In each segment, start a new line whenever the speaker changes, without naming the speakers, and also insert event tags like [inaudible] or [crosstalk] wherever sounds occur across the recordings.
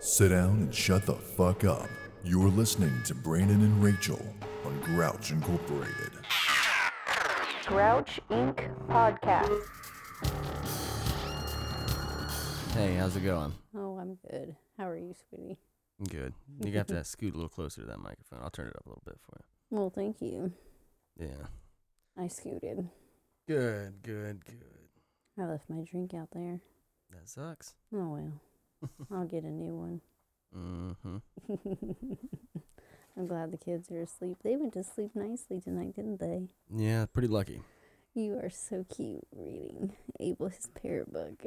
Sit down and shut the fuck up. You're listening to Brandon and Rachel on Grouch Incorporated.
Grouch Inc. podcast.
Hey, how's it going?
Oh, I'm good. How are you, sweetie?
Good. You
[laughs]
have to scoot a little closer to that microphone. I'll turn it up a little bit for
Well, thank you.
you. Yeah.
I scooted.
Good, good, good.
I left my drink out there.
That sucks. [laughs]
Oh well. I'll get a new one.
Mm-hmm.
I'm glad the kids are asleep. They went to sleep nicely tonight, didn't they?
Yeah, pretty lucky.
You are so cute reading Abel's parent book.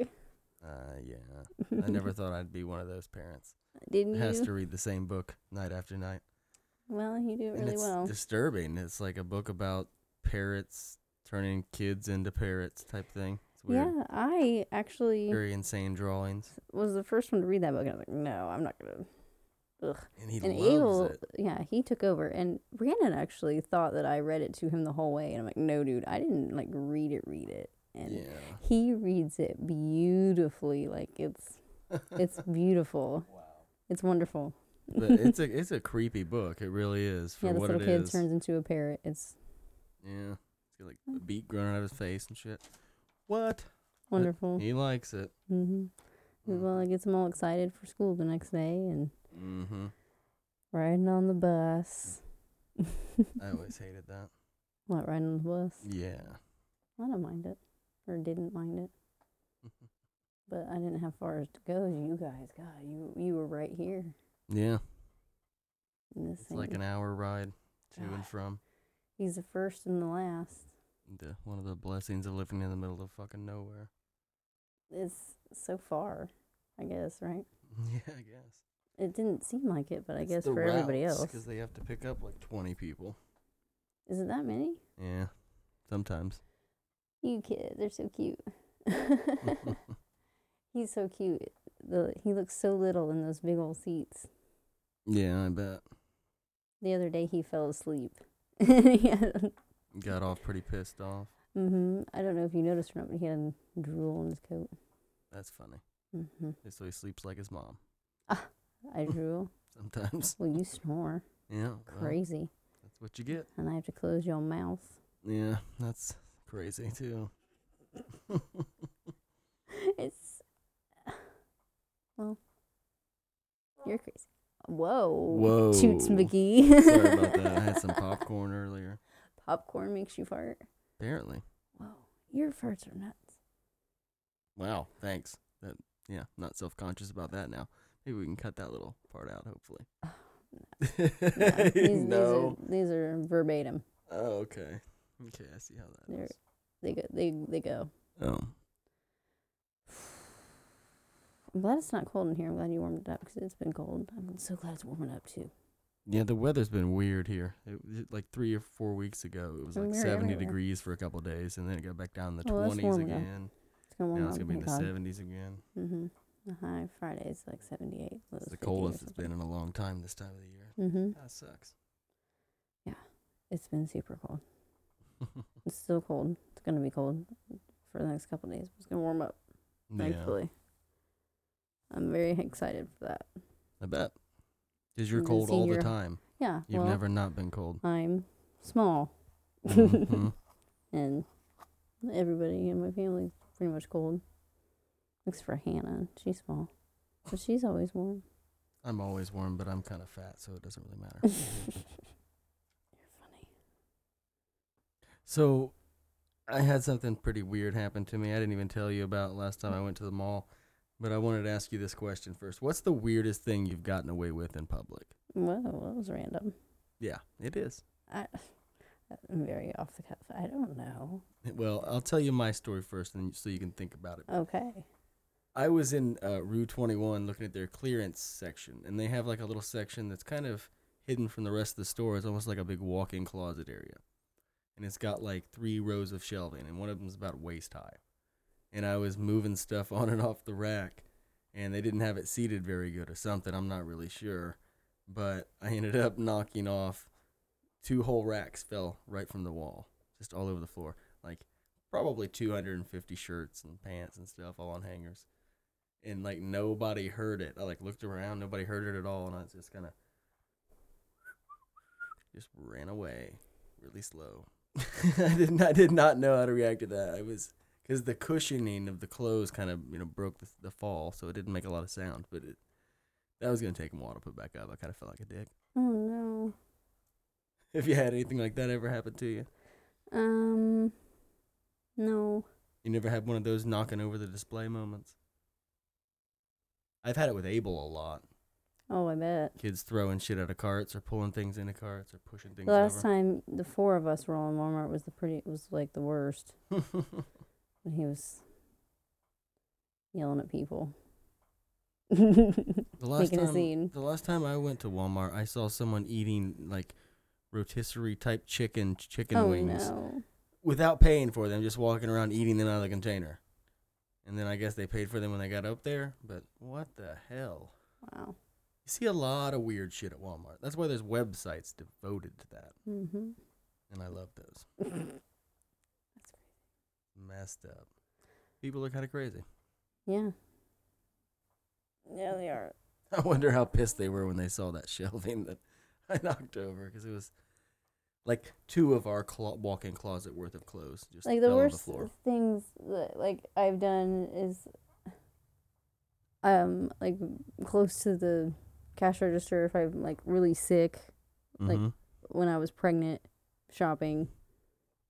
Uh, yeah.
[laughs]
I never thought I'd be one of those parents.
Didn't
that has
you?
to read the same book night after night.
Well, you do it
and
really
it's
well.
disturbing. It's like a book about parrots turning kids into parrots type thing. It's weird.
Yeah, I actually
Very insane drawings.
was the first one to read that book, and I was like, no, I'm not gonna.
And he
and
loves
Abel,
it.
yeah, he took over, and Brandon actually thought that I read it to him the whole way, and I'm like, no, dude, I didn't like read it, read it, and
Yeah.
he reads it beautifully like it's
[laughs]
it's beautiful it's wonderful [laughs]
But it's a it's a creepy book. It really is. For
yeah this
what
little
it
kid
is. Uh,
turns Mm. into a parrot it's
Yeah. He's got like a beak growing out of his face and shit. What?
wonderful
He likes it. Mm.
mm-hmm. well it gets them all excited for school the next day and
Mm-hmm.
riding on the bus
I always hated that.
what riding on the bus
Yeah.
i don't mind it or didn't mind it but i didn't have far to go as you guys god you you were right here
Yeah.
in this
It's like
thing.
an hour ride to and
God.
from.
he's the first and the last
The, one of the blessings of living in the middle of fucking nowhere. [laughs]
it's so far i guess right
yeah, I guess.
It didn't seem like it, but I guess for everybody else.
Because they have to pick up like 20 people.
Is it that many?
Yeah. Sometimes. [laughs]
You kids are so cute. [laughs] He's so cute. The he looks so little in those big old seats.
yeah, I bet.
The other day he fell asleep. [laughs] yeah.
Got off pretty pissed off.
hmm I don't know if you noticed or not, but he had drool on his coat.
That's funny.
hmm
So he sleeps like his mom [laughs]
I drool.
sometimes.
Well, you snore.
Yeah. well,
Crazy.
that's what you get.
And I have to close your mouth. [laughs]
Yeah, that's crazy [laughs] too.
It's. [sighs] Well, you're crazy. Whoa. Toots
Whoa.
McGee.
Sorry about
[laughs]
that. I had some popcorn earlier.
popcorn makes you fart.
Apparently.
Whoa, your
[laughs]
farts are nuts.
Wow. Thanks. That yeah, not self conscious about that now. Maybe we can cut that little part out, hopefully. [laughs]
[sighs] No, these, these
no.
are, these are verbatim.
Oh, okay. Okay, I see how that
They're-
is.
They go. They they go. [sighs]
Oh.
I'm glad it's not cold in here. I'm glad you warmed it up because it's been cold. I'm so glad it's warming up too.
Yeah, the weather's been weird here. It, it- like three or four weeks ago, it was
And
like
we're
70
everywhere.
degrees for a couple days, and then it got back down in the
Well, that's
20s
warm now.
again.
It's gonna warm
Now
up.
it's going to be in the
thank
70s again.
God. Mhm. The high Friday is like 78. low
It's the
50 or
coldest it's
something.
been in a long time this time of the [laughs] year.
Mhm.
That [laughs] sucks.
It's been super cold. It's still cold. It's gonna be cold for the next couple days. It's gonna warm up.
yeah,
Thankfully. I'm very [laughs] excited for that.
I bet. Because you're
Because
cold all the
you're-
time.
Yeah.
You've
well,
never not been [laughs] cold.
I'm small.
Mhm.
[laughs] and everybody in my family's pretty much cold. Except for Hannah, she's small, but she's always warm. [laughs]
I'm always warm, but I'm kind of fat, so it doesn't really matter.
You're
[laughs]
funny.
So I had something pretty weird happen to me. I didn't even tell you about last time I went to the mall, but I wanted to ask you this question first. What's the weirdest thing you've gotten away with in public?
Whoa, that was random.
Yeah, it is.
I, I'm very off the cuff. I don't know.
Well, I'll tell you my story first, and so you can think about it.
Okay.
I was in uh, Rue 21 looking at their clearance section, and they have like a little section that's kind of hidden from the rest of the store. It's almost like a big walk in closet area. And it's got like three rows of shelving, and one of them's about waist high. And I was moving stuff [laughs] on and off the rack, and they didn't have it seated very good or something. I'm not really sure. But I ended up knocking off two whole racks, fell right from the wall, just all over the floor. Like probably 250 shirts and pants and stuff all on hangers and like nobody heard it. I like looked around, nobody heard it at all, and I just kind of just ran away really slow. [laughs] I did not I did not know how to react to that. I was because the cushioning of the clothes kind of you know broke the, the fall, so it didn't make a lot of sound. But it that was gonna take a while to put back up. I kind of felt like a dick. [laughs]
Oh no.
If you had anything like that ever happen to you,
Um. No.
you never had one of those knocking over the display moments. I've had it with Abel a lot.
Oh, I bet.
Kids throwing shit out of carts or pulling things into carts or pushing things
The last
over.
time the four of us were all in Walmart was the pretty. It was like the worst. when he was yelling at people.
[laughs]
[laughs]
the last
Making a
time,
scene.
the last time I went to Walmart, I saw someone eating like rotisserie type chicken chicken
oh
wings
no.
without paying for them, just walking around eating them out of the container. And then I guess they paid for them when they got up there. But what the hell?
Wow.
You see a lot of weird shit at Walmart. That's why there's websites devoted to that,
Mhm.
and I love those.
That's crazy.
Messed up. People are kind of crazy.
[laughs] Yeah. Yeah, they are.
I wonder how pissed they were when they saw that [laughs] shelving that I knocked over because it was like two of our clo- walk-in closet worth of clothes just
Like the
fell
worst
on the floor.
things that like I've done is um like close to the cash register if I'm like really sick like-
Mhm.
when I was pregnant shopping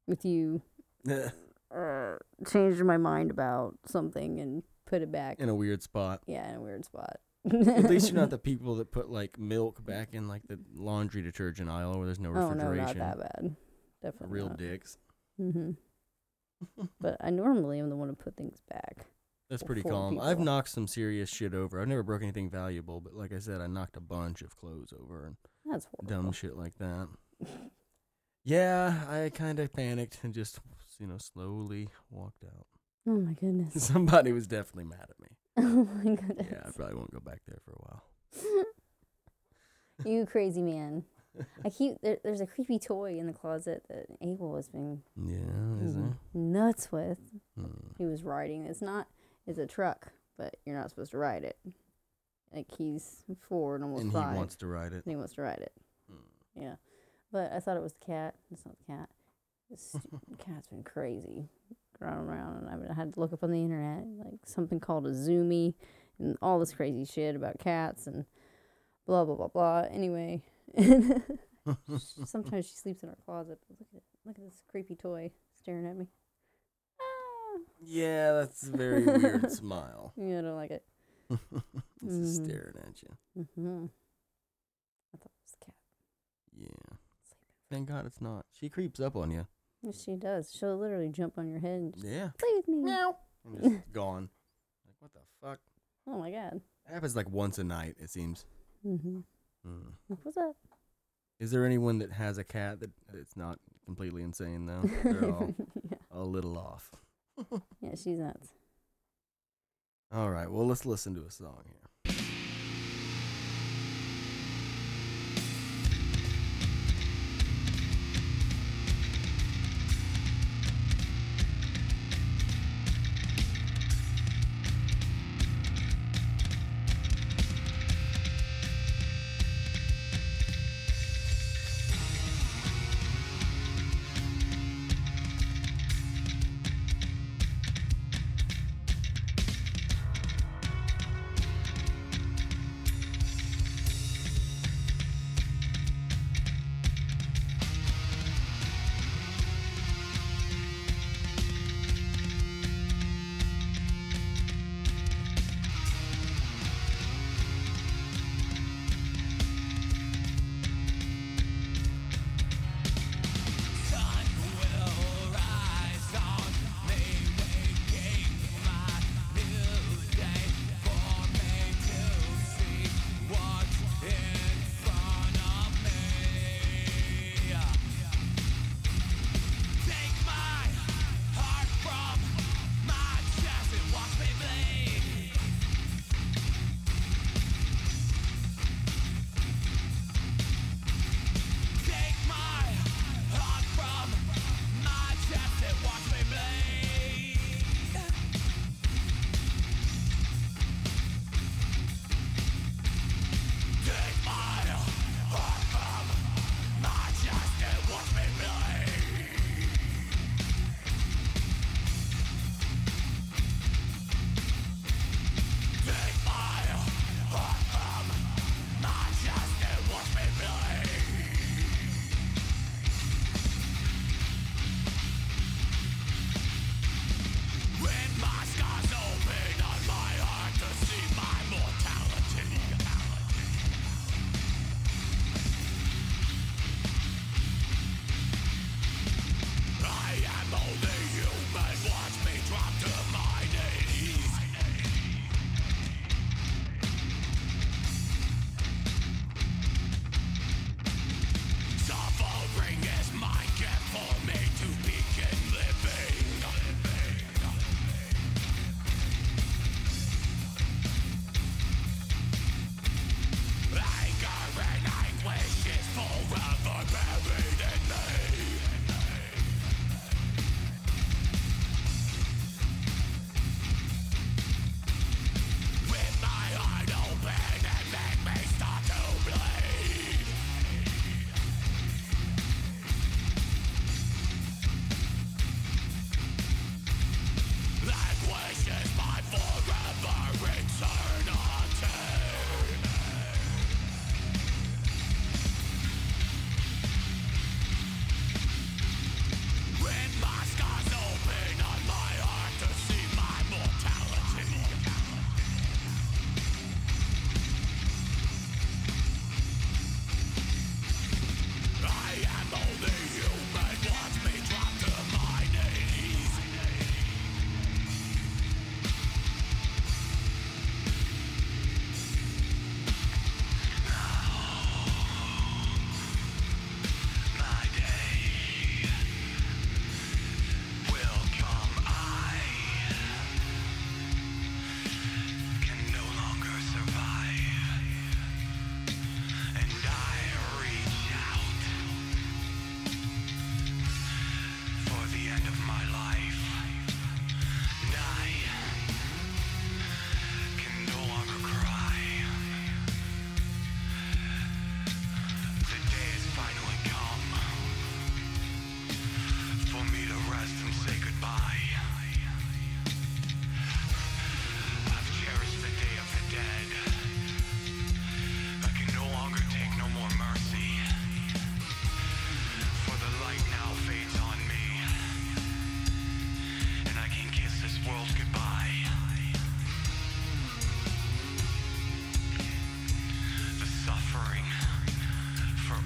with you
Yeah,
uh, changed my mind about something and put it back
[laughs] in a weird
[laughs]
spot.
Yeah, in a weird spot.
At least
[laughs]
you're not the people that put like milk back in like the laundry detergent aisle where there's no
oh no, not
refrigeration.
that bad. Definitely
Real
not.
dicks. [laughs]
Mm-hmm. But I normally am the one to put things back.
That's pretty
Four
calm. I've
people.
knocked some serious shit over. I've never broke anything valuable, but like I said, I knocked a bunch of clothes over and
That's horrible.
dumb shit like that. Yeah, I kind of panicked and just, you know, slowly walked out.
[laughs]
[laughs]
Oh my goodness. [laughs]
Somebody was definitely mad at me.
oh my
Yeah, I
goodness.
probably won't go back there for a while.
[laughs] you crazy man. I keep there, there's a creepy toy in the closet that Abel was being
Yeah, is there?
nuts with.
Hmm.
He was riding. It's not. It's a truck, but you're not supposed to ride it. Like he's four and almost
And he
five.
wants to ride it.
and he wants to ride it.
Hmm.
Yeah, but I thought it was the cat. It's not the cat. This stu- [laughs] cat's been crazy, running around, and I, mean, I had to look up on the internet like something called a zoomie, and all this crazy shit about cats and blah blah blah blah. Anyway, [laughs] sometimes she sleeps in her closet. But look at look at this creepy toy staring at me. Ah,
[laughs] Yeah, that's a very weird smile. [laughs]
yeah, I don't like it.
It's just
Mhm.
staring at you.
hmm I thought it was the cat.
Yeah. Thank God it's not. She creeps up on you.
Yes, She does. She'll literally jump on your
[laughs]
head and just
Yeah.
play with me.
I'm just gone. Like, what the fuck?
Oh my god.
It happens like once a night, it seems.
hmm
Mm.
Like, What's up?
Is there anyone that has a cat that it's not completely insane though? They're
[laughs]
all
yeah.
a little off. [laughs]
yeah, she's nuts.
All right, well let's listen to a song here.
Thank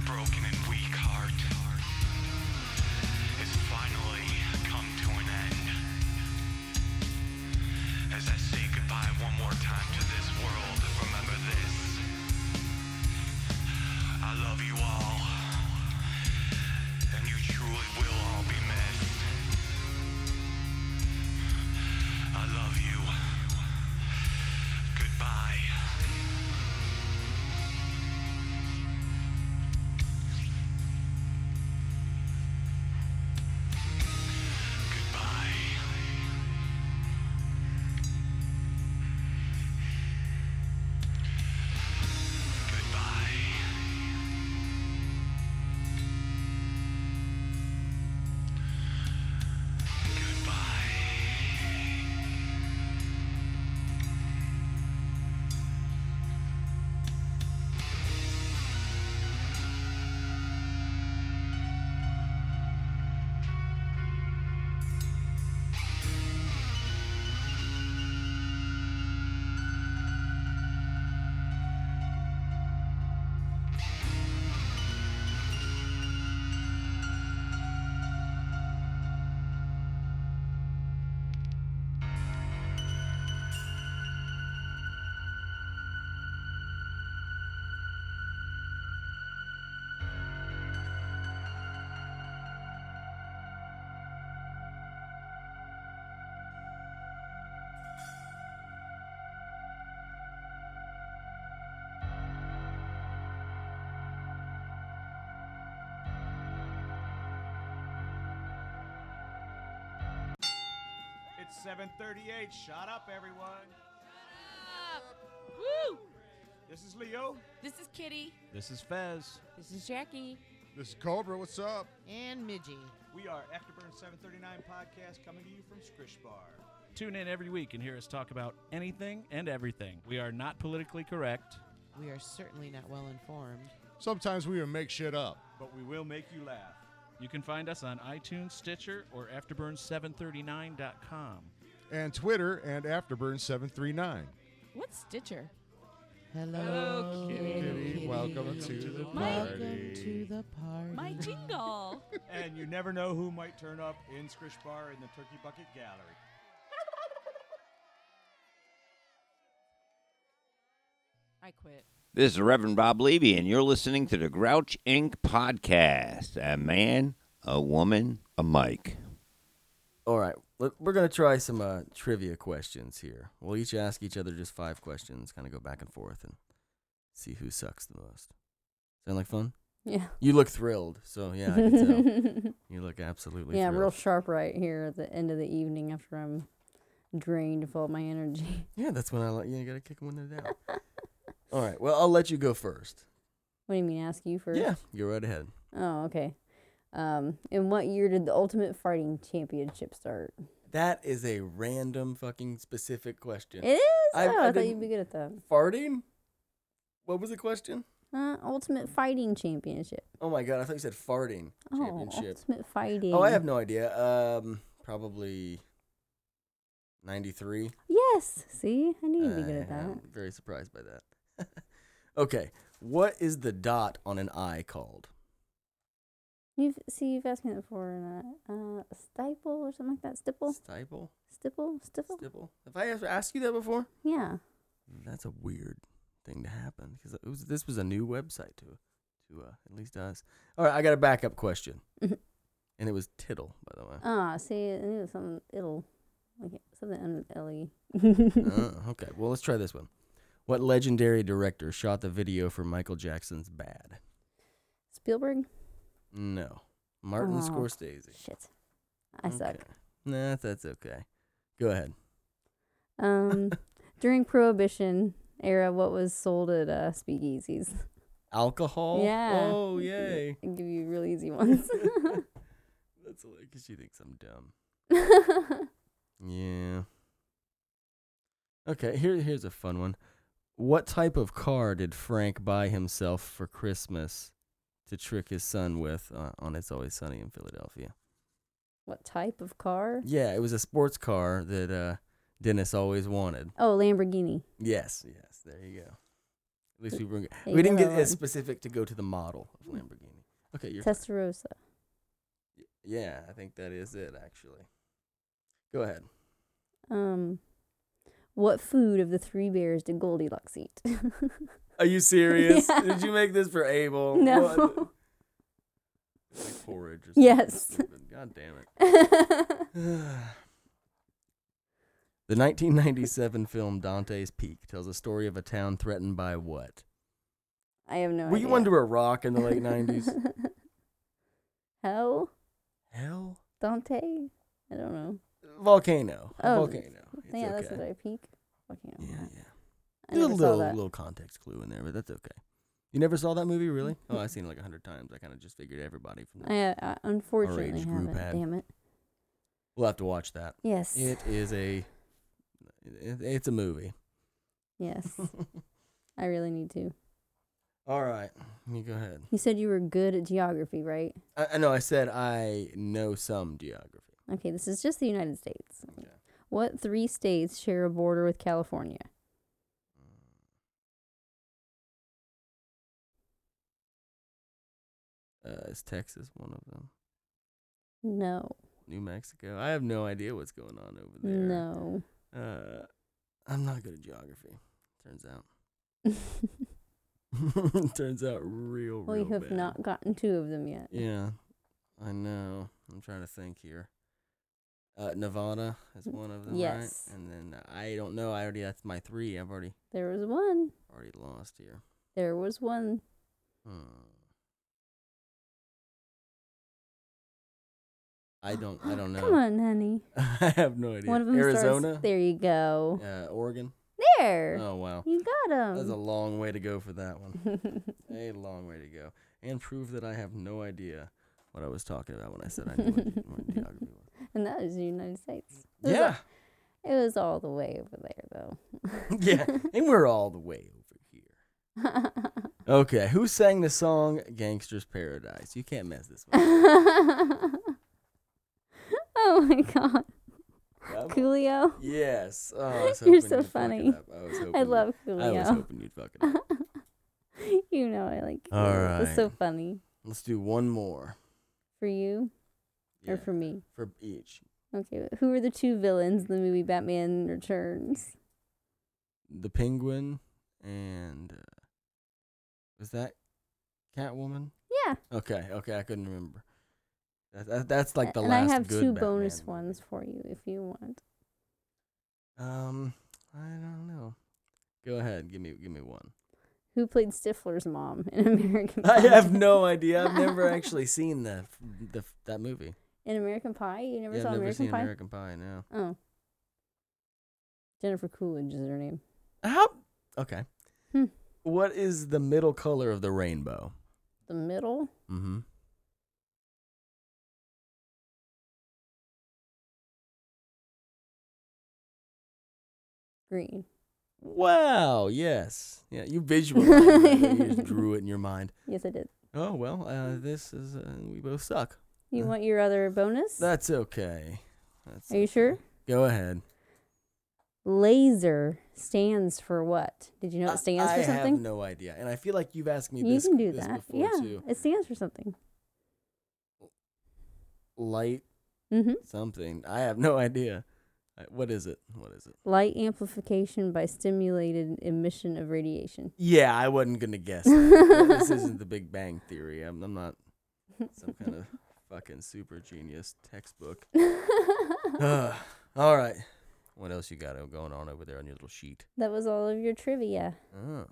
broken and weak heart has finally come to an end. As I say goodbye one more time to this world, remember this. I love you all, and you truly will all be missed. I love you. Goodbye. Goodbye. Goodbye. Goodbye.
It's 738. Shut up, everyone.
Woo!
This is Leo.
This is Kitty.
This is Fez.
This is Jackie.
This is Cobra. What's up?
And Midgie.
We are Afterburn 739 podcast coming to you from Scrish Bar.
Tune in every week and hear us talk about anything and everything. We are not politically correct.
We are certainly not well informed.
Sometimes we even make shit up.
But we will make you laugh.
You can find us on iTunes, Stitcher, or Afterburn739.com.
And Twitter and Afterburn739.
What's Stitcher?
Hello,
Kitty.
Kitty, welcome to the
Welcome
party.
to the party.
My jingle.
and you never know who might turn up in Scrish Bar in the Turkey Bucket Gallery.
I quit.
This is Reverend Bob Levy, and you're listening to the Grouch Inc. podcast. A man, a woman, a mic.
All right, let- we're gonna try some uh, trivia questions here. We'll each ask each other just five questions, kind of go back and forth, and see who sucks the most. Sound like fun?
Yeah.
You look thrilled, so yeah, I can
[laughs]
tell. you look absolutely.
yeah, I'm real
thrilled.
sharp right here at the end of the evening after I'm drained of all my energy. [laughs]
Yeah, that's when I like. Yeah, you gotta kick them when they're down. All right, well, I'll let you go first.
What do you mean, ask you first?
Yeah, go right ahead.
Oh, okay. Um, in what year did the Ultimate Fighting Championship start?
That is a random fucking specific question.
It is.
I- I
oh, I, thought
didn't-
you'd be good at that.
Farting? What was the question?
Uh, Ultimate Fighting Championship.
Oh my god, I thought you said farting
Oh,
championship.
Ultimate Fighting.
Oh, I have no idea. Um, probably ninety-three.
Yes. See, I knew you'd be good at
I
that.
am very surprised by that. [laughs] okay, what is the dot on an eye called?
You've see, you've asked me that before. And, uh, uh, stipple or something like that. Stipple.
Stipple.
Stipple. Stipple.
Stipple. Have I ever asked you that before?
Yeah.
That's a weird thing to happen because it was this was a new website to to uh, at least us. All right, I got a backup question,
Mm-hmm.
and it was tittle, by the way.
Ah, see, I knew it was something. It'll. Okay, something E. under the le.
Uh, okay, well let's try this one. What legendary director shot the video for Michael Jackson's Bad?
[laughs] Spielberg.
No, Martin
Oh,
Scorsese.
Shit. I suck.
Okay. Nah, that's okay. Go ahead.
Um, during Prohibition era, what was sold at uh, speakeasies?
[laughs] Alcohol.
Yeah.
Oh
[laughs]
yay. [laughs]
I give you real easy ones. [laughs]
That's because she thinks I'm dumb. Yeah. Okay, here here's a fun one. What type of car did Frank buy himself for Christmas to trick his son with uh, on It's Always Sunny in Philadelphia?
what type of car?
Yeah, it was a sports car that uh, Dennis always wanted.
Oh, Lamborghini.
Yes, yes, there you go. At least we were,
There
we
you um,
didn't
Hmm. go,
get as
Ellen.
specific to go to the model of Lamborghini. Okay, you're
Testarossa.
yeah. I think that is it actually. Go ahead.
Um, what food of the three bears did Goldilocks eat?
Are you serious?
[laughs] Yeah.
Did you make this for
[laughs]
Abel?
No.
Oh, What the- Like porridge. Or something
Yes.
stupid. God damn it. [sighs] The 1997 film Dante's Peak tells a story of a town threatened by what?
[laughs] I have no
Were
idea.
you under a rock in the
[laughs]
late 90s?
Hell?
Hell?
Dante? I don't know.
Volcano. A
Oh,
volcano. It's
yeah,
okay.
that's what I peak. Volcano.
Yeah, yeah.
I
There's a
never saw
little,
that.
little context clue in there, but that's okay. You never saw that movie, really? Oh, I've seen it like a hundred times. I kind of just figured everybody from the
I, uh, I unfortunately
age group
haven't.
had.
Damn it.
We'll have to watch that.
Yes.
It is a. it- It's a movie. [laughs]
Yes. I really need to.
All right. You go ahead.
You said you were good at geography, right?
I, I know I said I know some geography.
Okay, this is just the United States. What three states share a border with California?
Uh, is Texas one of them?
No.
New Mexico? I have no idea what's going on over there.
No. [laughs]
Uh, I'm not good at geography. Turns out. [laughs] Turns out real,
Well,
real
you have
bad.
not gotten two of them yet.
Yeah, I know. I'm trying to think here. Uh, Nevada is one of them,
Mm, Yes.
right? And then I don't know. I already that's my three. I've already
There was one.
already lost here.
There was one.
Hmm. I don't. I
[gasps]
don't know.
Come on, honey.
[laughs] I have no idea.
One of them
Arizona,
starts. There you go.
uh, Oregon.
There.
Oh wow,
You got
that's a
him.
long way to go for that one. a long way to go, and prove that I have no idea what I was talking about when I said I knew what, ge- what geography was.
[laughs] [laughs] and that is the United States. It was
Yeah, [laughs]
all- it was all the way over there, though. [laughs]
yeah, and we're all the way over here. Okay, who sang the song "Gangster's Paradise"? You can't mess this
[laughs]
one. up.
oh
[laughs]
my god,
Come on.
Coolio!
Yes. Oh, I was
[laughs] You're
hoping
so
you'd fuck it
funny.
up. I, was hoping
I
you'd-
love
I was
Coolio.
hoping you'd fuck
[laughs]
it up.
you know I like.
All
Coolio. it's so
right.
funny
Let's do one more.
for you
Yeah,
or for me.
for each.
Okay, who are the two villains in the movie Batman Returns?
The Penguin and uh, was that Catwoman?
Yeah,
Okay, okay, I couldn't remember. That, that, that's like the
and
last.
I have
good
two
Batman
bonus
movie.
ones for you if you want.
Um, I don't know. Go ahead, give me give me
[laughs]
one.
Who played Stifler's mom in [laughs] American?
I
Pie?
have no idea. I've never
[laughs]
actually seen the the that movie.
In American Pie, you never
yeah,
saw
I've never
American
seen
Pie.
American Pie. No.
Oh, Jennifer Coolidge is her name.
How? Okay.
Hmm.
What is the middle color of the rainbow?
The middle.
Mm-hmm.
Green.
Wow. Yes. Yeah. You visualized. it. You
[laughs]
just drew it in your mind.
Yes, I did.
Oh well. Uh, this is. Uh, we both suck.
You
Uh,
want your other bonus?
That's okay. That's
Are you sure?
Go ahead.
Laser stands for what? Did you know
I-
it stands
I,
for something?
have no idea, and I feel like you've asked me
you
this,
can do
this
that.
before
Yeah,
too.
it stands for something.
Light
hmm
something. I have no idea. Uh, What is it? What is it?
Light amplification by stimulated emission of radiation. [laughs]
Yeah, I wasn't gonna guess. that. this isn't the Big Bang Theory. I'm, I'm not some kind
[laughs]
of fucking super genius textbook. Ugh. all right. What else you got o- going on over there on your little sheet?
that was all of your trivia.
Oh.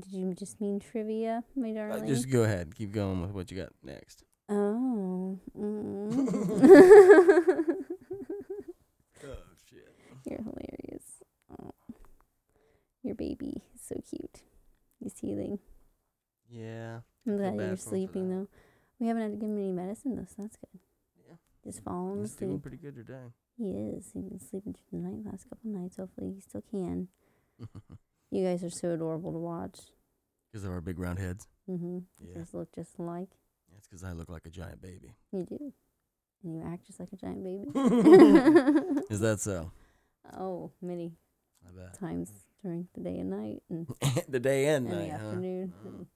Did you just mean trivia, my
Uh,
darling?
just go ahead. Keep going with what you got next.
Oh. mm. [laughs]
Oh shit.
You're hilarious. Oh. Your baby is so cute. He's healing.
Yeah.
I'm
Feel
glad
bad for him
you're
for
sleeping
that.
though. We haven't had to give him any medicine though, so that's good.
Yeah.
Just falling
He's doing
asleep.
pretty good [laughs] today.
He is. He's been sleeping through the night last couple nights. Hopefully he still can. You guys are so adorable to watch.
Because of our big round heads.
Mm-hmm. You
Yeah.
guys look just alike.
That's because I look like a giant
[laughs]
baby. [laughs]
You do. And you act just like a giant baby.
Is that so?
[laughs] oh, many
I bet.
times during the day and night and
[laughs] the day and
in the
night, huh?
afternoon.
Mm.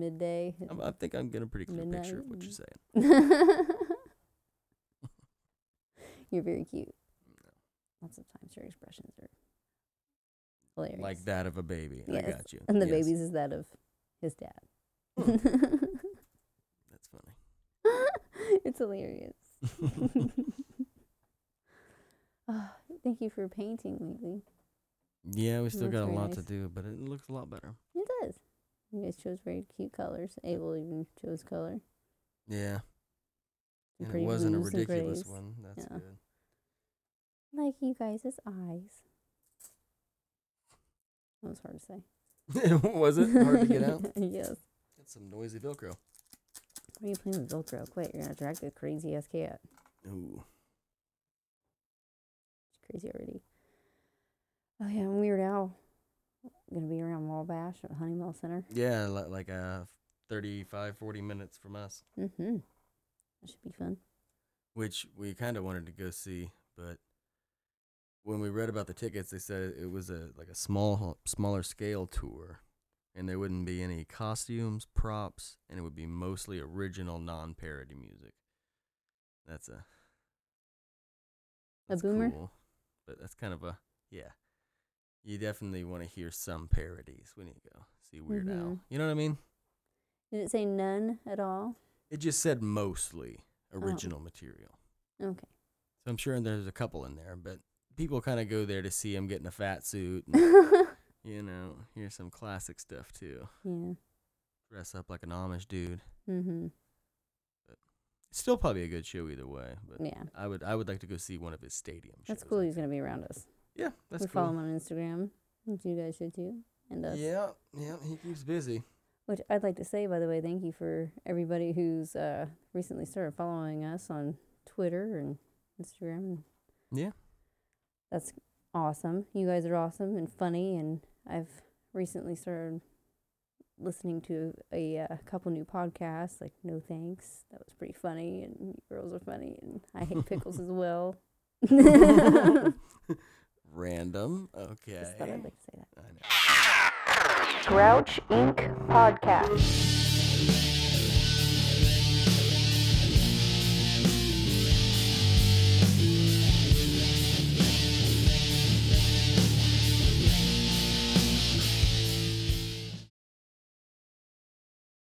midday.
I'm, I think I'm getting a pretty clear picture of what you're saying.
saying. [laughs] you're very cute. Lots of times your expressions are hilarious.
Like that of a baby. I
Yes,
got you.
And the
Yes. Hmm.
baby's is that of his dad.
That's funny.
[laughs] it's hilarious. Ah, thank you for painting lately.
Yeah, we still
That's
got a
very
lot to
nice.
do, but it looks a lot better.
It does. You guys chose very cute colors. Abel even chose color.
Yeah.
And
And it
pretty
wasn't a
blues and
ridiculous
grays.
one. That's
Yeah.
good. [laughs]
Like you guys' eyes. That was hard to say.
was it hard to get
[laughs]
out?
yes.
That's some noisy Velcro.
Why are you playing with Velcro? Quit. You're going to drag the crazy ass cat.
Ooh.
She's crazy already. Oh, yeah. and Weird Al. Going to be around Wabash at Honeywell Center.
Yeah, li- like uh, 35, 40 minutes from us,
Mm hmm. That should be fun.
which we kind of wanted to go see, but when we read about the tickets, they said it was a like a small, smaller scale tour, and there wouldn't be any costumes, props, and it would be mostly original, non-parody music. That's a that's
boomer?
cool, but that's kind of a yeah. You definitely want to hear some parodies when you go see Weird Al.
Mhm.
You know what I mean?
Did it say none at all?
It just said mostly original material.
Okay. [laughs]
So I'm sure there's a couple in there, but people kind of go there to see him getting a fat suit. And, [laughs] you know, here's some classic stuff too.
Yeah.
Dress up like an Amish dude.
Mm hmm.
It's still probably a good show either way, but
Yeah.
I would I would like to go see one of his stadium shows.
That's cool. He's going to be around us.
Yeah, that's
we
cool.
follow him on Instagram. Which you guys should too. And uh, us.
Yeah, yeah, he keeps busy.
Which I'd like to say, by the way, thank you for everybody who's uh, recently started following us on Twitter and Instagram. And
Yeah.
that's awesome. You guys are awesome and funny. And I've recently started listening to a, uh couple new podcasts, like No Thanks. That was pretty funny. And you girls are funny. And I hate pickles as well.
Random. Okay.
Just thought I'd like to say that.
Grouch Inc. Podcast.